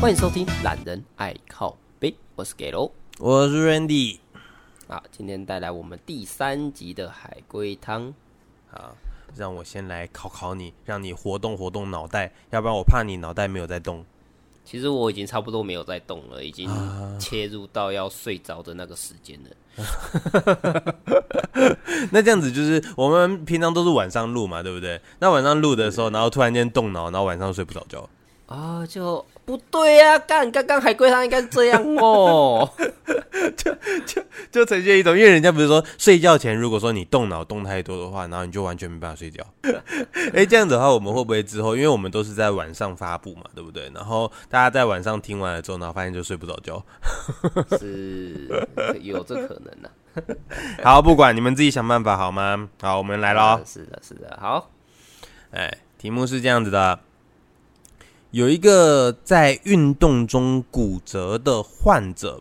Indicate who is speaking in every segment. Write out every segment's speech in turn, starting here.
Speaker 1: 欢迎收听《懒人爱靠背》，我是 Gelo
Speaker 2: 我是 Randy。
Speaker 1: 啊，今天带来我们第三集的海龟汤。
Speaker 2: 好，让我先来考考你，让你活动活动脑袋，要不然我怕你脑袋没有在动。
Speaker 1: 其实我已经差不多没有在动了，已经切入到要睡着的那个时间了。
Speaker 2: 那这样子就是我们平常都是晚上录嘛，对不对？那晚上录的时候，然后突然间动脑，然后晚上睡不着觉。
Speaker 1: 啊，就不对啊！干，刚刚海龟汤应该是这样哦。
Speaker 2: 就呈现一种，因为人家不是说睡觉前，如果说你动脑动太多的话，然后你就完全没办法睡觉。 哎、这样子的话，我们会不会之后，因为我们都是在晚上发布嘛，对不对？然后大家在晚上听完了之后，然后发现就睡不着觉。
Speaker 1: 是有这可能呢、啊
Speaker 2: 好，不管你们自己想办法好吗？好，我们来喽
Speaker 1: 啊。。是的，是的，好，
Speaker 2: 哎，题目是这样子的：有一个在运动中骨折的患者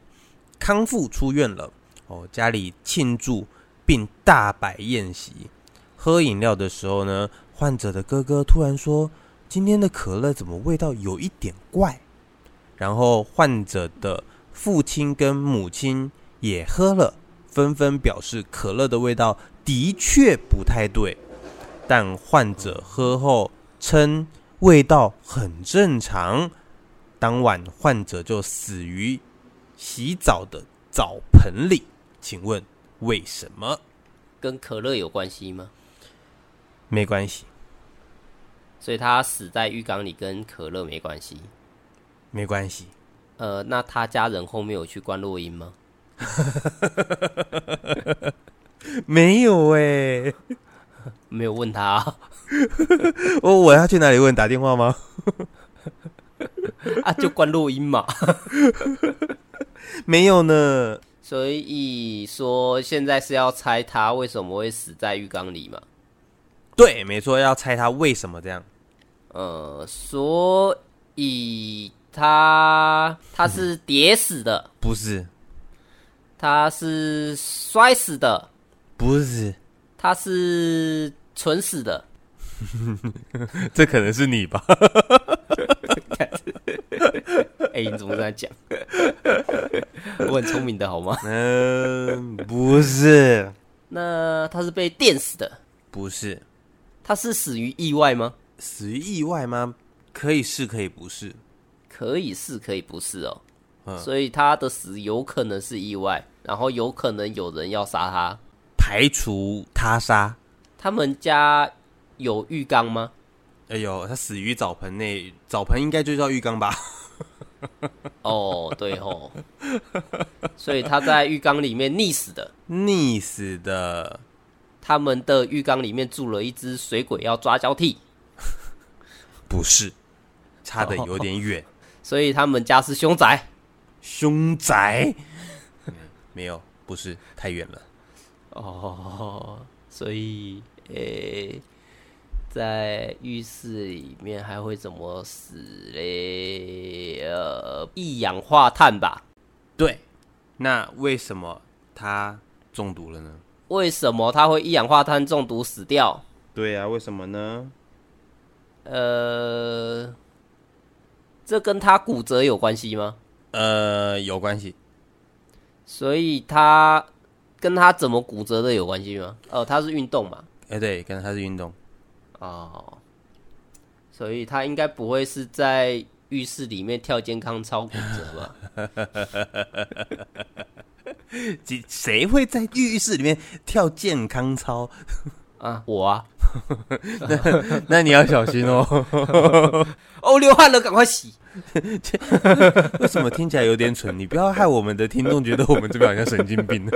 Speaker 2: 康复出院了，哦，家里庆祝并大摆宴席。喝饮料的时候呢，患者的哥哥突然说：“今天的可乐怎么味道有一点怪？”然后患者的父亲跟母亲也喝了，纷纷表示可乐的味道的确不太对。但患者喝后称味道很正常。当晚患者就死于洗澡的澡盆里。请问为什么？
Speaker 1: 跟可乐有关系吗？
Speaker 2: 没关系，
Speaker 1: 所以他死在浴缸里跟可乐没关系。
Speaker 2: 没关系。
Speaker 1: 呃，那他家人后面有去关录音吗？
Speaker 2: 没有哎、
Speaker 1: 没有问他啊、
Speaker 2: 我哦我要去哪里问？打电话吗？
Speaker 1: 啊，就关录音嘛。
Speaker 2: 没有呢。
Speaker 1: 所以说现在是要猜他为什么会死在浴缸里嘛？
Speaker 2: 对，没错，要猜他为什么这样。
Speaker 1: 呃，所以他他是跌死的，
Speaker 2: 不是，
Speaker 1: 他是摔死的，
Speaker 2: 不是，
Speaker 1: 他是蠢死的。
Speaker 2: 这可能是你吧？
Speaker 1: 哎、你怎么这样讲？ 我很聪明的好吗？
Speaker 2: 嗯、不是，
Speaker 1: 那他是被电死的，
Speaker 2: 不是，
Speaker 1: 他是死于意外吗？
Speaker 2: 死于意外吗？可以是，可以不是。
Speaker 1: 可以是，可以不是哦。
Speaker 2: 嗯
Speaker 1: 所以他的死有可能是意外，然后有可能有人要杀他。
Speaker 2: 排除他杀。
Speaker 1: 他们家有浴缸吗？
Speaker 2: 哎呦，他死于澡盆内，澡盆应该就叫浴缸吧？
Speaker 1: 哦，对吼，所以他在浴缸里面溺死的。
Speaker 2: 溺死的，
Speaker 1: 他们的浴缸里面住了一只水鬼，要抓交替，
Speaker 2: 不是，差的有点 远。
Speaker 1: 所以他们家是凶宅。
Speaker 2: 凶宅、嗯没有，不是太远了。
Speaker 1: 哦，所以诶、在浴室里面还会怎么死嘞？呃，一氧化碳吧。
Speaker 2: 对，那为什么他中毒了呢？
Speaker 1: 为什么他会一氧化碳中毒死掉？
Speaker 2: 对呀、啊，为什么呢？
Speaker 1: 呃，这跟他骨折有关系吗？
Speaker 2: 呃，有关系。
Speaker 1: 所以他跟他怎么骨折的有关系吗？哦，他是运动嘛，
Speaker 2: 哎、对，跟他是运动，
Speaker 1: 哦，所以他应该不会是在浴室里面跳健康操骨折 吧？
Speaker 2: 几谁会在浴室里面跳健康操？
Speaker 1: 啊，我啊，
Speaker 2: 那你要小心 哦。
Speaker 1: 哦，流汗了，赶快洗。
Speaker 2: 为什么听起来有点蠢？你不要害我们的听众觉得我们这边好像神经病呢。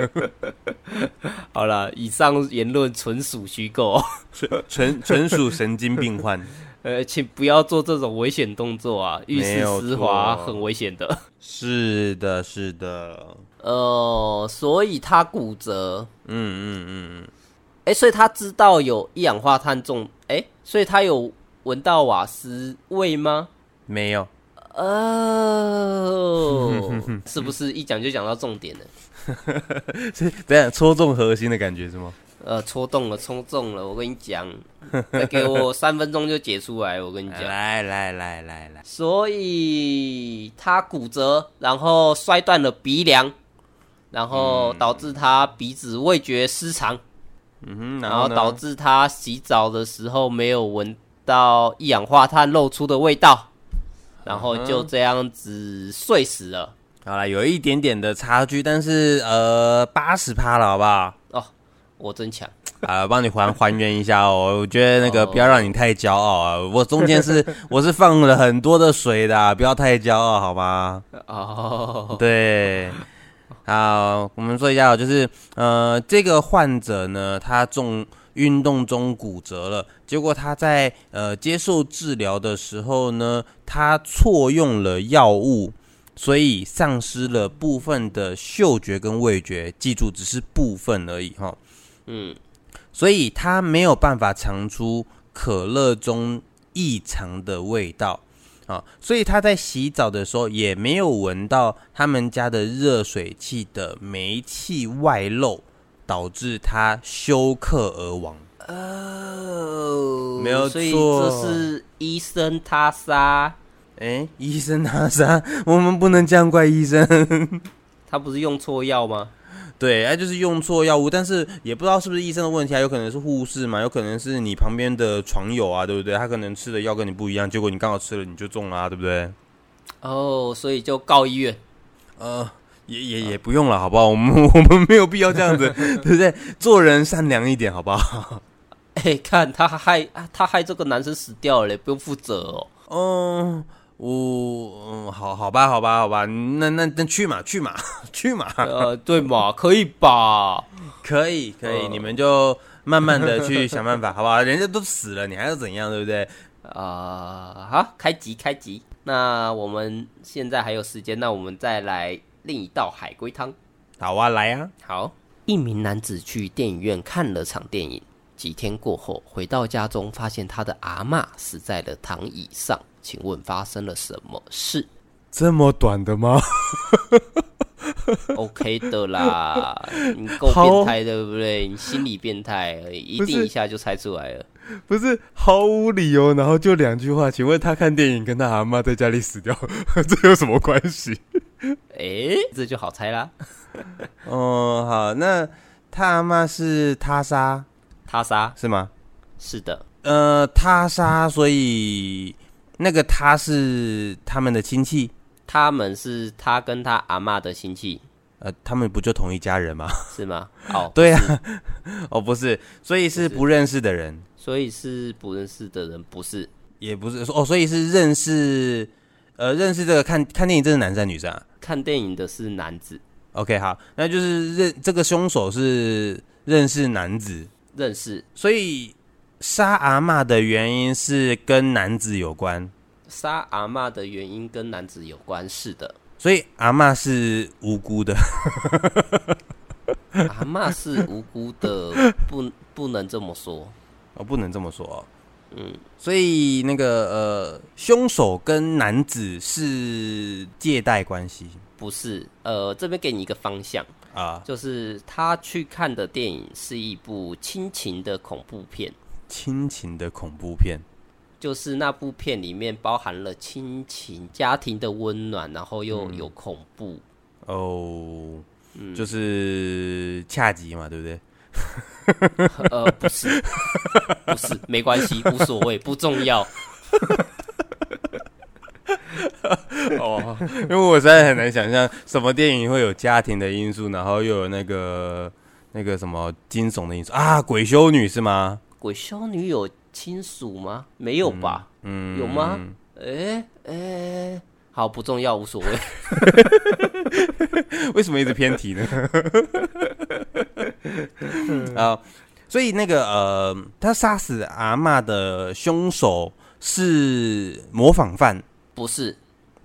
Speaker 1: 好了，以上言论纯属虚构，
Speaker 2: 纯纯属神经病患。
Speaker 1: 呃，请不要做这种危险动作啊！浴
Speaker 2: 没
Speaker 1: 室
Speaker 2: 有
Speaker 1: 湿滑
Speaker 2: 错
Speaker 1: 很危险的。
Speaker 2: 是的，是的，
Speaker 1: 呃，所以他骨折，
Speaker 2: 嗯嗯嗯嗯，
Speaker 1: 哎、所以他知道有一氧化碳中，哎、所以他有闻到瓦斯味吗？
Speaker 2: 没有，
Speaker 1: 哦，是不是一讲就讲到重点了？
Speaker 2: 是怎样戳中核心的感觉是吗？
Speaker 1: 呃，戳中了，戳中了，我跟你讲，再给我三分钟就解出来，我跟你 讲。
Speaker 2: 来来来来来，
Speaker 1: 所以他骨折，然后摔断了鼻梁，然后导致他鼻子味觉失常，
Speaker 2: 嗯哼，
Speaker 1: 然
Speaker 2: 后
Speaker 1: 后
Speaker 2: 呢
Speaker 1: 导致他洗澡的时候没有闻到一氧化碳露出的味道，然后就这样子睡死了。
Speaker 2: 好了，有一点点的差距，但是呃，八十趴了，好不好？
Speaker 1: 哦，我真强，
Speaker 2: 啊，帮你还还原一下哦。我觉得那个
Speaker 1: 哦
Speaker 2: 不要让你太骄傲啊，我中间是 我是放了很多的水的啊、不要太骄傲好吗？
Speaker 1: 哦，
Speaker 2: 对，好，我们说一下哦，就是呃，这个患者呢，他中运动中骨折了，结果他在呃接受治疗的时候呢，他错用了药物，所以丧失了部分的嗅觉跟味觉，记住只是部分而已哈、
Speaker 1: 嗯，
Speaker 2: 所以他没有办法尝出可乐中异常的味道啊，所以他在洗澡的时候也没有闻到他们家的热水器的煤气外漏，导致他休克而亡。
Speaker 1: 哦，
Speaker 2: 没有
Speaker 1: 所以
Speaker 2: 错
Speaker 1: 这是医生他杀，
Speaker 2: 哎，医生他啥？ 我们不能这样怪医生。
Speaker 1: 他不是用错药吗？
Speaker 2: 对，哎，就是用错药物，但是也不知道是不是医生的问题啊，有可能是护士嘛，有可能是你旁边的床友啊，对不对？他可能吃的药跟你不一样，结果你刚好吃了你就中了、啊，对不对？
Speaker 1: 哦，所以就告医院。
Speaker 2: 呃，也也也不用了，好不好？我们 我们没有必要这 样子，对不对？做人善良一点，好不好？
Speaker 1: 哎、看他害啊他害这个男生死掉了嘞，不用负责 哦。
Speaker 2: 嗯，我嗯，好好吧，好吧，好吧，那那那去嘛， 去嘛，去嘛，
Speaker 1: 呃，对嘛，可以吧？
Speaker 2: 可以可以，
Speaker 1: 嗯
Speaker 2: 你们就慢慢的去想办法， 好不好？人家都死了，你还要怎样，对不对？
Speaker 1: 啊、好，开集开集。那我们现在还有时间，那我们再来另一道海龟汤。
Speaker 2: 好啊，来啊，
Speaker 1: 好，一名男子去电影院看了场电影，几天过后回到家中，发现他的阿嬷死在了躺椅上。请问发生了什么 事
Speaker 2: 这么短的吗？
Speaker 1: ？OK 的啦， 你够
Speaker 2: 好
Speaker 1: 变态对不对？你心理变态而已，一
Speaker 2: 不是
Speaker 1: 定一下就猜出来了。
Speaker 2: 不是毫无理由，然后就两句话，请问他看电影跟他阿妈在家里死掉， 这有什么关系？
Speaker 1: 诶，这就好猜啦。
Speaker 2: 哦，好，那他阿妈是他杀
Speaker 1: 他杀，
Speaker 2: 是吗？
Speaker 1: 是的，
Speaker 2: 呃，他杀，所以那个他是他们的亲戚，
Speaker 1: 他们是他跟他阿嬷的亲戚，
Speaker 2: 呃，他们不就同一家人 吗？
Speaker 1: 是吗？哦，
Speaker 2: 对啊，哦，不是，所以是
Speaker 1: 不是
Speaker 2: 不认识的人，
Speaker 1: 所以是不认识的人，不是？
Speaker 2: 也不是哦，所以是认识，呃，认识这个看看电影这是男生还是女生啊
Speaker 1: 看电影的是男子，
Speaker 2: ？OK，好，那就是认这个凶手是认识男子，
Speaker 1: 认识
Speaker 2: 所以杀阿嬷的原因是跟男子有关，
Speaker 1: 杀阿嬷的原因跟男子有关，是的，
Speaker 2: 所以阿嬷是无辜的。
Speaker 1: 阿嬷是无辜的，不不能这么说。
Speaker 2: 哦，不能这么说、
Speaker 1: 嗯，
Speaker 2: 所以那个呃，凶手跟男子是借贷关系
Speaker 1: 不是，呃，这边给你一个方向，
Speaker 2: 啊，
Speaker 1: 就是他去看的电影是一部亲情的恐怖片，
Speaker 2: 亲情的恐怖片。
Speaker 1: 就是那部片里面包含了亲情、家庭的温暖，然后又有恐怖。
Speaker 2: 哦，就是恰吉嘛，对不对？
Speaker 1: 呃，不是，不是，没关系，无所谓，不重要。
Speaker 2: 哦，因为我实在很难想象什么电影会有家庭的因素，然后又有那个那个什么惊悚的因素啊，鬼修女是吗？
Speaker 1: 鬼修女有亲属吗？没有吧？
Speaker 2: 嗯，
Speaker 1: 有吗？诶诶，好，不重要，无所谓。
Speaker 2: 为什么一直偏题呢？啊，所以那个呃，他杀死阿嬷的凶手是模仿犯，
Speaker 1: 不是，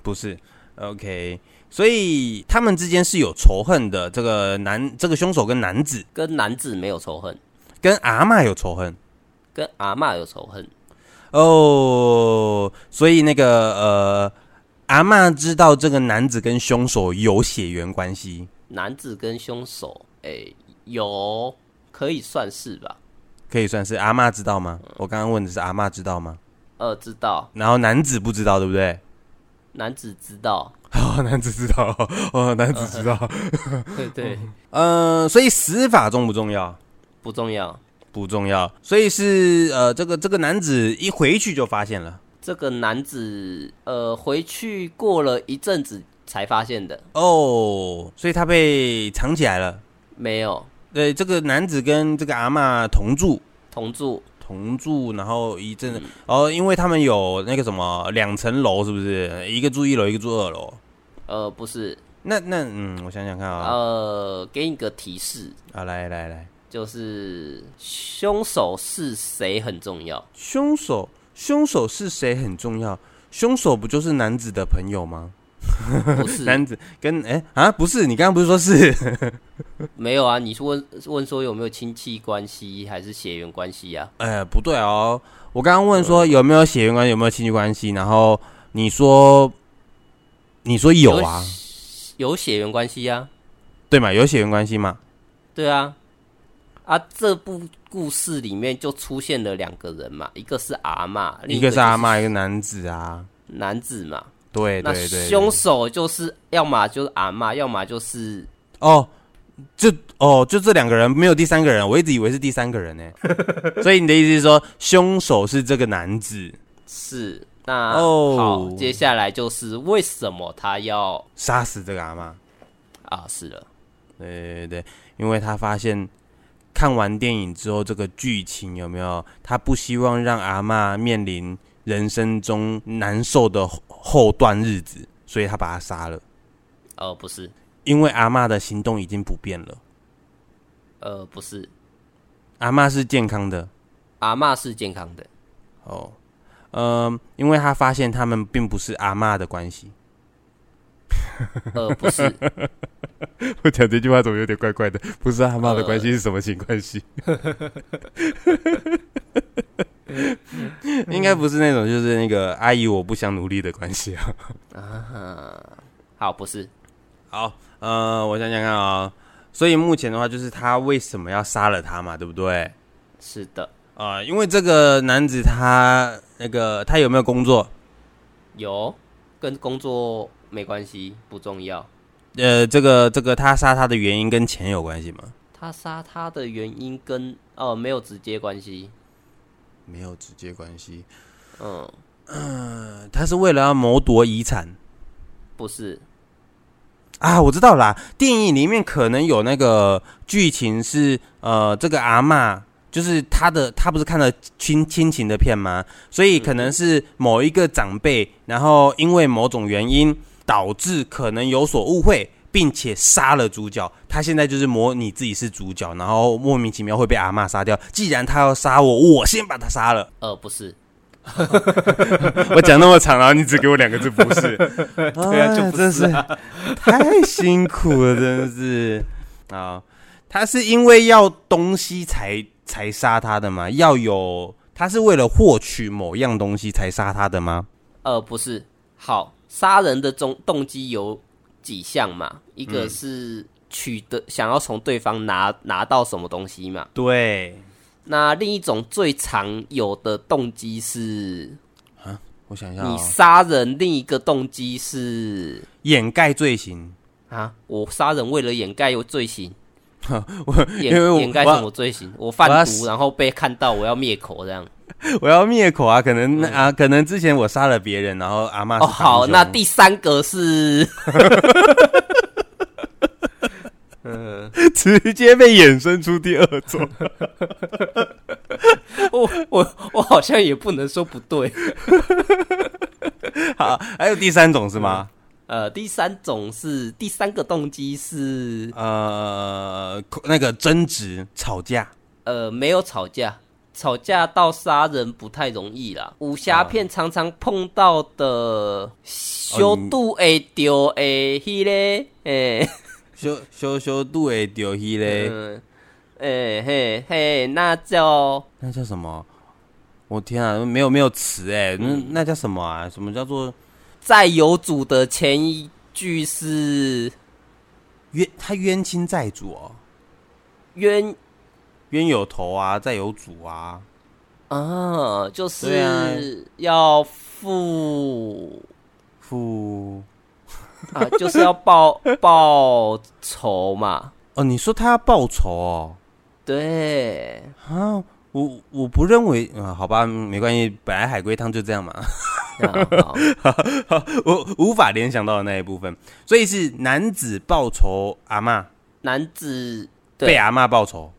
Speaker 2: 不是？OK，所以他们之间是有仇恨的。这个男，这个凶手跟男子
Speaker 1: 跟男子没有仇恨，
Speaker 2: 跟阿嬷有仇恨
Speaker 1: 跟阿嬷有仇恨。
Speaker 2: 哦。所以那个呃，阿嬷知道这个男子跟凶手有血缘关系。
Speaker 1: 男子跟凶手，诶，有可以算是吧。
Speaker 2: 可以算是阿嬷知道吗？我刚刚问的是阿嬷知道吗？
Speaker 1: 呃，知道，
Speaker 2: 然后男子不知道，对不对？
Speaker 1: 男子知道，
Speaker 2: 哦，男子知道，哦，男子知道。
Speaker 1: 对对，
Speaker 2: 呃，所以死法重不重要？
Speaker 1: 嗯不重要。
Speaker 2: 不重要。所以是呃，这个这个男子一回去就发现了。
Speaker 1: 这个男子呃回去过了一阵子才发现的，
Speaker 2: 哦，所以他被藏起来了。
Speaker 1: 没有
Speaker 2: 对，这个男子跟这个阿嬷同住，
Speaker 1: 同住，
Speaker 2: 同住，然后一阵子，哦，因为他们有那个什么两层楼，是不是？一个住一楼，一个住二楼。
Speaker 1: 呃，不是，
Speaker 2: 那那嗯，我想想看啊，
Speaker 1: 呃，给你个提示，
Speaker 2: 啊，来来来，
Speaker 1: 就是凶手是谁很重 要。
Speaker 2: 凶手凶手是谁很重要，凶手不就是男子的朋友吗？
Speaker 1: 不是，
Speaker 2: 男子跟哎、啊，不是，你刚刚不是说是？
Speaker 1: 没有啊，你是问问说有没有亲戚关系还是血缘关系啊呀、
Speaker 2: 哎、不对哦，我刚刚问说有没有血缘关系，有没有亲戚关系，然后你说你说有啊，
Speaker 1: 有血缘关系呀、
Speaker 2: 对嘛？有血缘关系嘛？
Speaker 1: 对啊，啊，这部故事里面就出现了两个人嘛，一个是阿嬷，另
Speaker 2: 一个是阿
Speaker 1: 妈
Speaker 2: 嬷，一个男子啊，
Speaker 1: 男子嘛。
Speaker 2: 对
Speaker 1: 那
Speaker 2: 对对，
Speaker 1: 凶手就是要么就是阿嬷，要么就是
Speaker 2: 哦，就哦，就这两个人没有第三个人，我一直以为是第三个人 呢。所以你的意思是说，凶手是这个男子
Speaker 1: 是那、
Speaker 2: 哦
Speaker 1: 好，接下来就是为什么他要
Speaker 2: 杀死这个阿妈？
Speaker 1: 啊？是了，
Speaker 2: 对对对，因为他发现看完电影之后，这个剧情有没有？他不希望让阿嬷面临人生中难受的后后段日子，所以他把他杀了。
Speaker 1: 呃，不是，
Speaker 2: 因为阿嬷的行动已经不变了，
Speaker 1: 呃，不是，
Speaker 2: 阿嬷是健康的
Speaker 1: 阿嬷是健康 的，
Speaker 2: 哦。嗯、因为他发现他们并不是阿嬷的关系。
Speaker 1: 呃，不是，
Speaker 2: 我讲这句话怎么有点怪怪的？不是阿妈的关系是什么情关系？ 应该不是那种，就是那个阿姨我不想努力的关系啊。
Speaker 1: 啊，好，不是，
Speaker 2: 好，呃，我想想看啊、所以目前的话，就是他为什么要杀了他嘛，对不对？
Speaker 1: 是的，
Speaker 2: 啊、因为这个男子他那个他有没有工作？
Speaker 1: 有跟工作没关系，不重要。
Speaker 2: 呃，这个这个他杀他的原因跟钱有关系吗？
Speaker 1: 他杀他的原因跟呃没有直接关系，
Speaker 2: 没有直接关系。
Speaker 1: 嗯，
Speaker 2: 呃，他是为了要谋夺遗产。
Speaker 1: 不是，
Speaker 2: 啊，我知道啦，电影里面可能有那个剧情是，呃，这个阿嬷就是她的，她不是看了亲亲情的片吗？所以可能是某一个长辈，然后因为某种原因导致可能有所误会，并且杀了主角。他现在就是模拟自己是主角，然后莫名其妙会被阿嬷杀掉。既然他要杀我，我先把他杀了。
Speaker 1: 呃，不是，
Speaker 2: 我讲那么长，然后你只给我两个字，不 是？对啊，就不真是太辛苦了，真是啊！他是因为要东西才才杀他的吗？要有，他是为了获取某样东西才杀他的吗？
Speaker 1: 呃，不是。好，杀人的中动机有几项嘛？一个
Speaker 2: 嗯
Speaker 1: 是取得、想要从对方拿拿到什么东西嘛。
Speaker 2: 对，
Speaker 1: 那另一种最常有的动机是
Speaker 2: 我想一下、
Speaker 1: 你
Speaker 2: 哦，
Speaker 1: 杀人，另一个动机是
Speaker 2: 掩盖罪行。
Speaker 1: 啊，我杀人为了掩盖有罪行，
Speaker 2: 我
Speaker 1: 掩
Speaker 2: 因为我
Speaker 1: 掩盖
Speaker 2: 我
Speaker 1: 什么罪行？我贩
Speaker 2: 我
Speaker 1: 毒，然后被看到，我要灭口这样。
Speaker 2: 我要灭口啊！可能、啊，可能之前我杀了别人，然后阿妈
Speaker 1: 哦，好，那第三个是
Speaker 2: 直接被衍生出第二种。
Speaker 1: 我我我好像也不能说不对。
Speaker 2: 好，还有第三种是吗？
Speaker 1: 呃，第三种是第三个动机是
Speaker 2: 呃，那个争执、吵架，
Speaker 1: 呃没有吵架，吵架到杀人不太容易啦。武侠片常常碰到的修度诶丢
Speaker 2: 嗯
Speaker 1: 诶迄嘞，诶、
Speaker 2: 修修修度诶丢戏嘞，
Speaker 1: 嗯，诶、嘿嘿，那叫
Speaker 2: 那叫什么？我天啊，没有没有词哎、那、那叫什么啊？什么叫做
Speaker 1: 在有主的前一句是
Speaker 2: 冤？他冤亲债主哦，
Speaker 1: 冤
Speaker 2: 冤有头啊，债有主啊，
Speaker 1: 啊，就
Speaker 2: 对啊
Speaker 1: 是要付
Speaker 2: 父
Speaker 1: 啊，就是要报 报仇嘛。
Speaker 2: 哦，你说他要报仇哦？
Speaker 1: 对，
Speaker 2: 啊，我我不认为，啊，好吧，没关系，本来海龟汤就这样嘛，
Speaker 1: 啊好
Speaker 2: 我无法联想到的那一部分，所以是男子报仇阿嬷
Speaker 1: 男子
Speaker 2: 被
Speaker 1: 对
Speaker 2: 阿嬷报仇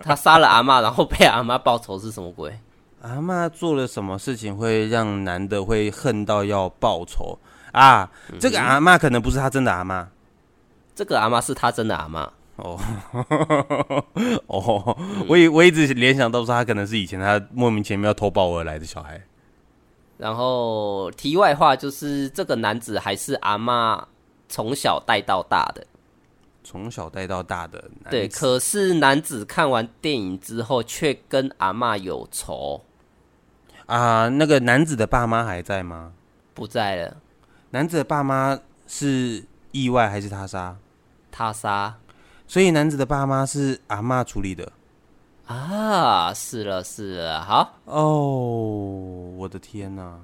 Speaker 1: 他杀了阿嬷，然后被阿嬷报仇是什么鬼？
Speaker 2: 阿嬷啊做了什么事情会让男的会恨到要报仇啊？
Speaker 1: 嗯
Speaker 2: 这个阿嬷可能不是他真的阿嬷
Speaker 1: 这个阿嬷是他真的阿嬷，
Speaker 2: 哦哦，
Speaker 1: 嗯
Speaker 2: 我以我一直联想到说他可能是以前他莫名其妙偷抱而来的小孩
Speaker 1: 然后题外话就是这个男子还是阿嬷从小带到大的。
Speaker 2: 从小带到大的男
Speaker 1: 对，
Speaker 2: 子
Speaker 1: 可是男子看完电影之后却跟阿嬷有仇，
Speaker 2: 啊，那个男子的爸妈还在吗？
Speaker 1: 不在了，
Speaker 2: 男子的爸妈是意外还是他杀？
Speaker 1: 他杀
Speaker 2: 所以男子的爸妈是阿嬷处理的。
Speaker 1: 啊，是了是了，好。
Speaker 2: 哦，我的天呐、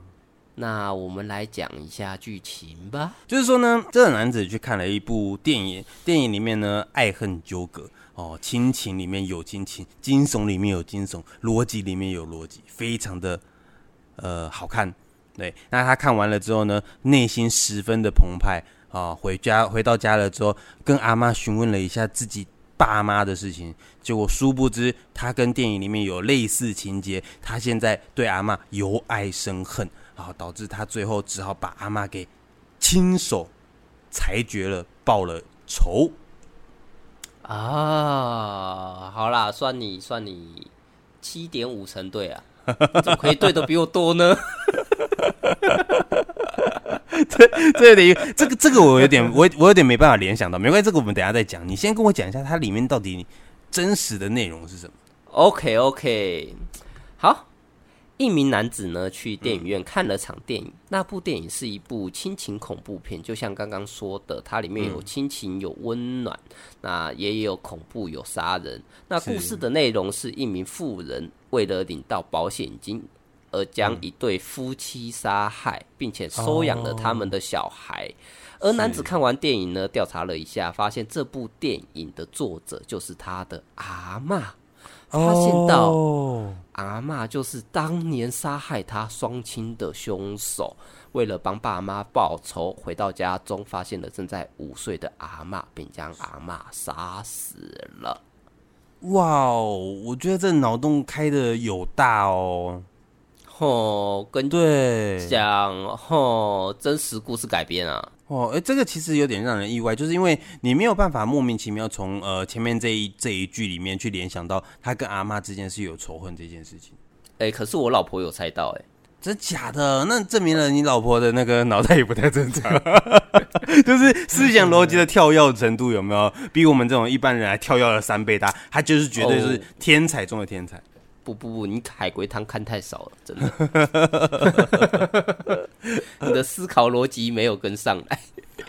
Speaker 1: 那我们来讲一下剧情吧。
Speaker 2: 就是说呢，这个男子去看了一部电影，电影里面呢爱恨纠葛哦，亲情里面有亲情，惊悚里面有惊悚，逻辑里面有逻辑，非常的呃好看。对，那他看完了之后呢，内心十分的澎湃啊、回家回到家了之后，跟阿妈询问了一下自己爸妈的事情，结果殊不知他跟电影里面有类似情节，他现在对阿妈由爱生恨啊、导致他最后只好把阿妈给亲手裁决了，报了仇。
Speaker 1: 啊，好啦，算你算你七点五成对啊，你怎么可以对的比我多呢？
Speaker 2: 这里这个这个我有 点我我有点没办法联想到，没关系，这个我们等一下再讲。你先跟我讲一下它里面到底真实的内容是什么？
Speaker 1: OK OK，好。一名男子呢去电影院看了场电影，那部电影是一部亲情恐怖片，就像刚刚说的，它里面有亲情，有温暖，那也有恐怖，有杀人。那
Speaker 2: 是
Speaker 1: 故事的内容是一名富人为了领到保险金。而将一对夫妻杀害，并且收养了他们的小孩。而男子看完电影呢，调查了一下，发现这部电影的作者就是他的阿嬷。发现到
Speaker 2: 哦
Speaker 1: 阿嬷就是当年杀害他双亲的凶手。为了帮爸妈报仇，回到家中发现了正在午睡的阿嬷，并将阿嬷杀死了。
Speaker 2: 哇哦，我觉得这脑洞开的有大哦。
Speaker 1: 吼，跟
Speaker 2: 对，
Speaker 1: 讲吼，真实故事改编啊。
Speaker 2: 哦，哎，这个其实有点让人意外，就是因为你没有办法莫名其妙从呃前面这一这一句里面去联想到他跟阿妈之间是有仇恨这件事情。
Speaker 1: 哎、可是我老婆有猜到、欸，
Speaker 2: 真假的？那证明了你老婆的那个脑袋也不太正常， 就是思想逻辑的跳跃程度有没有比我们这种一般人还跳跃了三倍大？她就是绝对是
Speaker 1: 哦
Speaker 2: 天才中的天才。
Speaker 1: 不不不，你海龟汤看太少了，真的。 你的思考逻辑没有跟上来。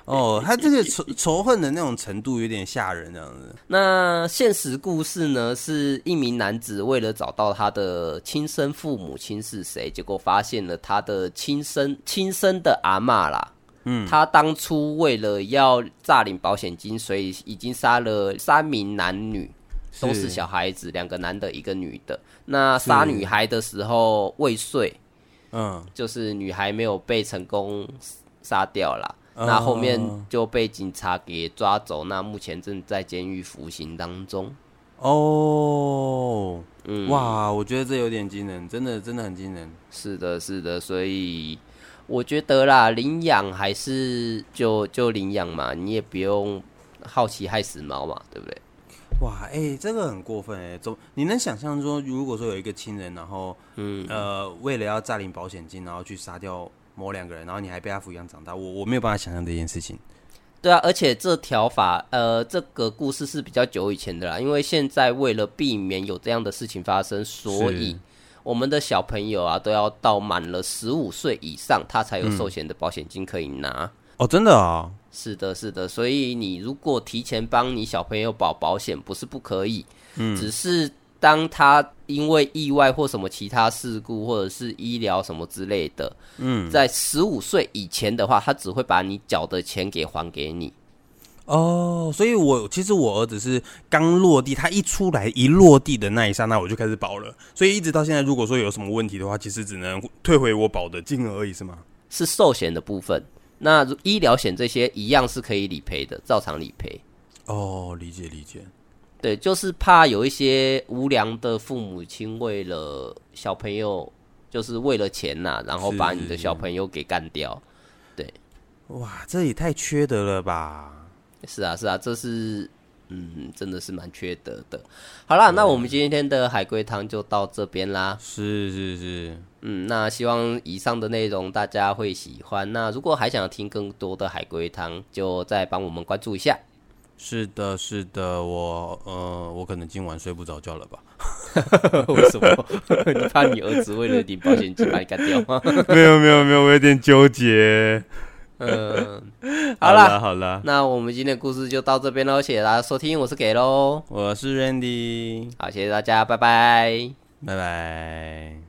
Speaker 2: 哦，她这个仇仇恨的那种程度有点吓人，这样子。
Speaker 1: 那现实故事呢，是一名男子为了找到他的亲生父母亲是谁，结果发现了他的亲生亲生的阿嬷啦。嗯，他当初为了要诈领保险金，所以已经杀了三名男女，都是小孩子，两个男的，一个女的。那杀
Speaker 2: 是
Speaker 1: 女孩的时候未遂，
Speaker 2: 嗯，
Speaker 1: 就是女孩没有被成功杀掉啦。
Speaker 2: 哦
Speaker 1: 那后面就被警察给抓走，那目前正在监狱服刑当中。
Speaker 2: 哦，
Speaker 1: 嗯，
Speaker 2: 哇，我觉得这有点惊人，真的真的很惊人。
Speaker 1: 是的，是的，所以我觉得啦，领养还是就就领养嘛，你也不用好奇害死猫嘛，对不对？
Speaker 2: 哇，哎、这个很过分哎、怎么你能想象说，如果说有一个亲人，然后
Speaker 1: 嗯，
Speaker 2: 呃，为了要诈领保险金，然后去杀掉某两个人，然后你还被他抚养长大，我我没有办法想象这件事情。
Speaker 1: 对啊，而且这条法，呃，这个故事是比较久以前的啦，因为现在为了避免有这样的事情发生，所以
Speaker 2: 是
Speaker 1: 我们的小朋友啊，都要到满了十五岁以上，他才有寿险的保险金可以拿。
Speaker 2: 哦，真的啊、
Speaker 1: 是的，是的，所以你如果提前帮你小朋友保保险，不是不可以，嗯，只是当他因为意外或什么其他事故，或者是医疗什么之类的，嗯，在十五岁以前的话，他只会把你缴的钱给还给你。
Speaker 2: 哦，所以我其实我儿子是刚落地，他一出来一落地的那一刹那，我就开始保了，所以一直到现在，如果说有什么问题的话，其实只能退回我保的金额而已，是吗？
Speaker 1: 是寿险的部分。那如医疗险这些一样是可以理赔的，照常理赔。
Speaker 2: 哦，理解理解，
Speaker 1: 对，就是怕有一些无良的父母亲为了小朋友，就是为了钱呐、然后
Speaker 2: 是
Speaker 1: 把
Speaker 2: 是
Speaker 1: 你的
Speaker 2: 是
Speaker 1: 小朋友给干掉。
Speaker 2: 哇，这也太缺德了吧？
Speaker 1: 是啊，是啊，这是嗯，真的是蛮缺德的。好啦，那我们今天的海龟汤就到这边啦。
Speaker 2: 是是是，
Speaker 1: 嗯，那希望以上的内容大家会喜欢。那如果还想听更多的海龟汤，就再帮我们关注一下。
Speaker 2: 是的，是的，我呃，我可能今晚睡不着觉了吧？
Speaker 1: 为什么？ 你怕你儿子为了领保险金把你干掉吗？
Speaker 2: 没有没有没有，我有点纠结。
Speaker 1: 嗯，
Speaker 2: 呃好
Speaker 1: 好啦，
Speaker 2: 了好了，
Speaker 1: 那我们今天的故事就到这边喽，谢谢大家收听，我是给喽，
Speaker 2: 我是 Randy，
Speaker 1: 好，谢谢大家，拜拜。
Speaker 2: 拜拜。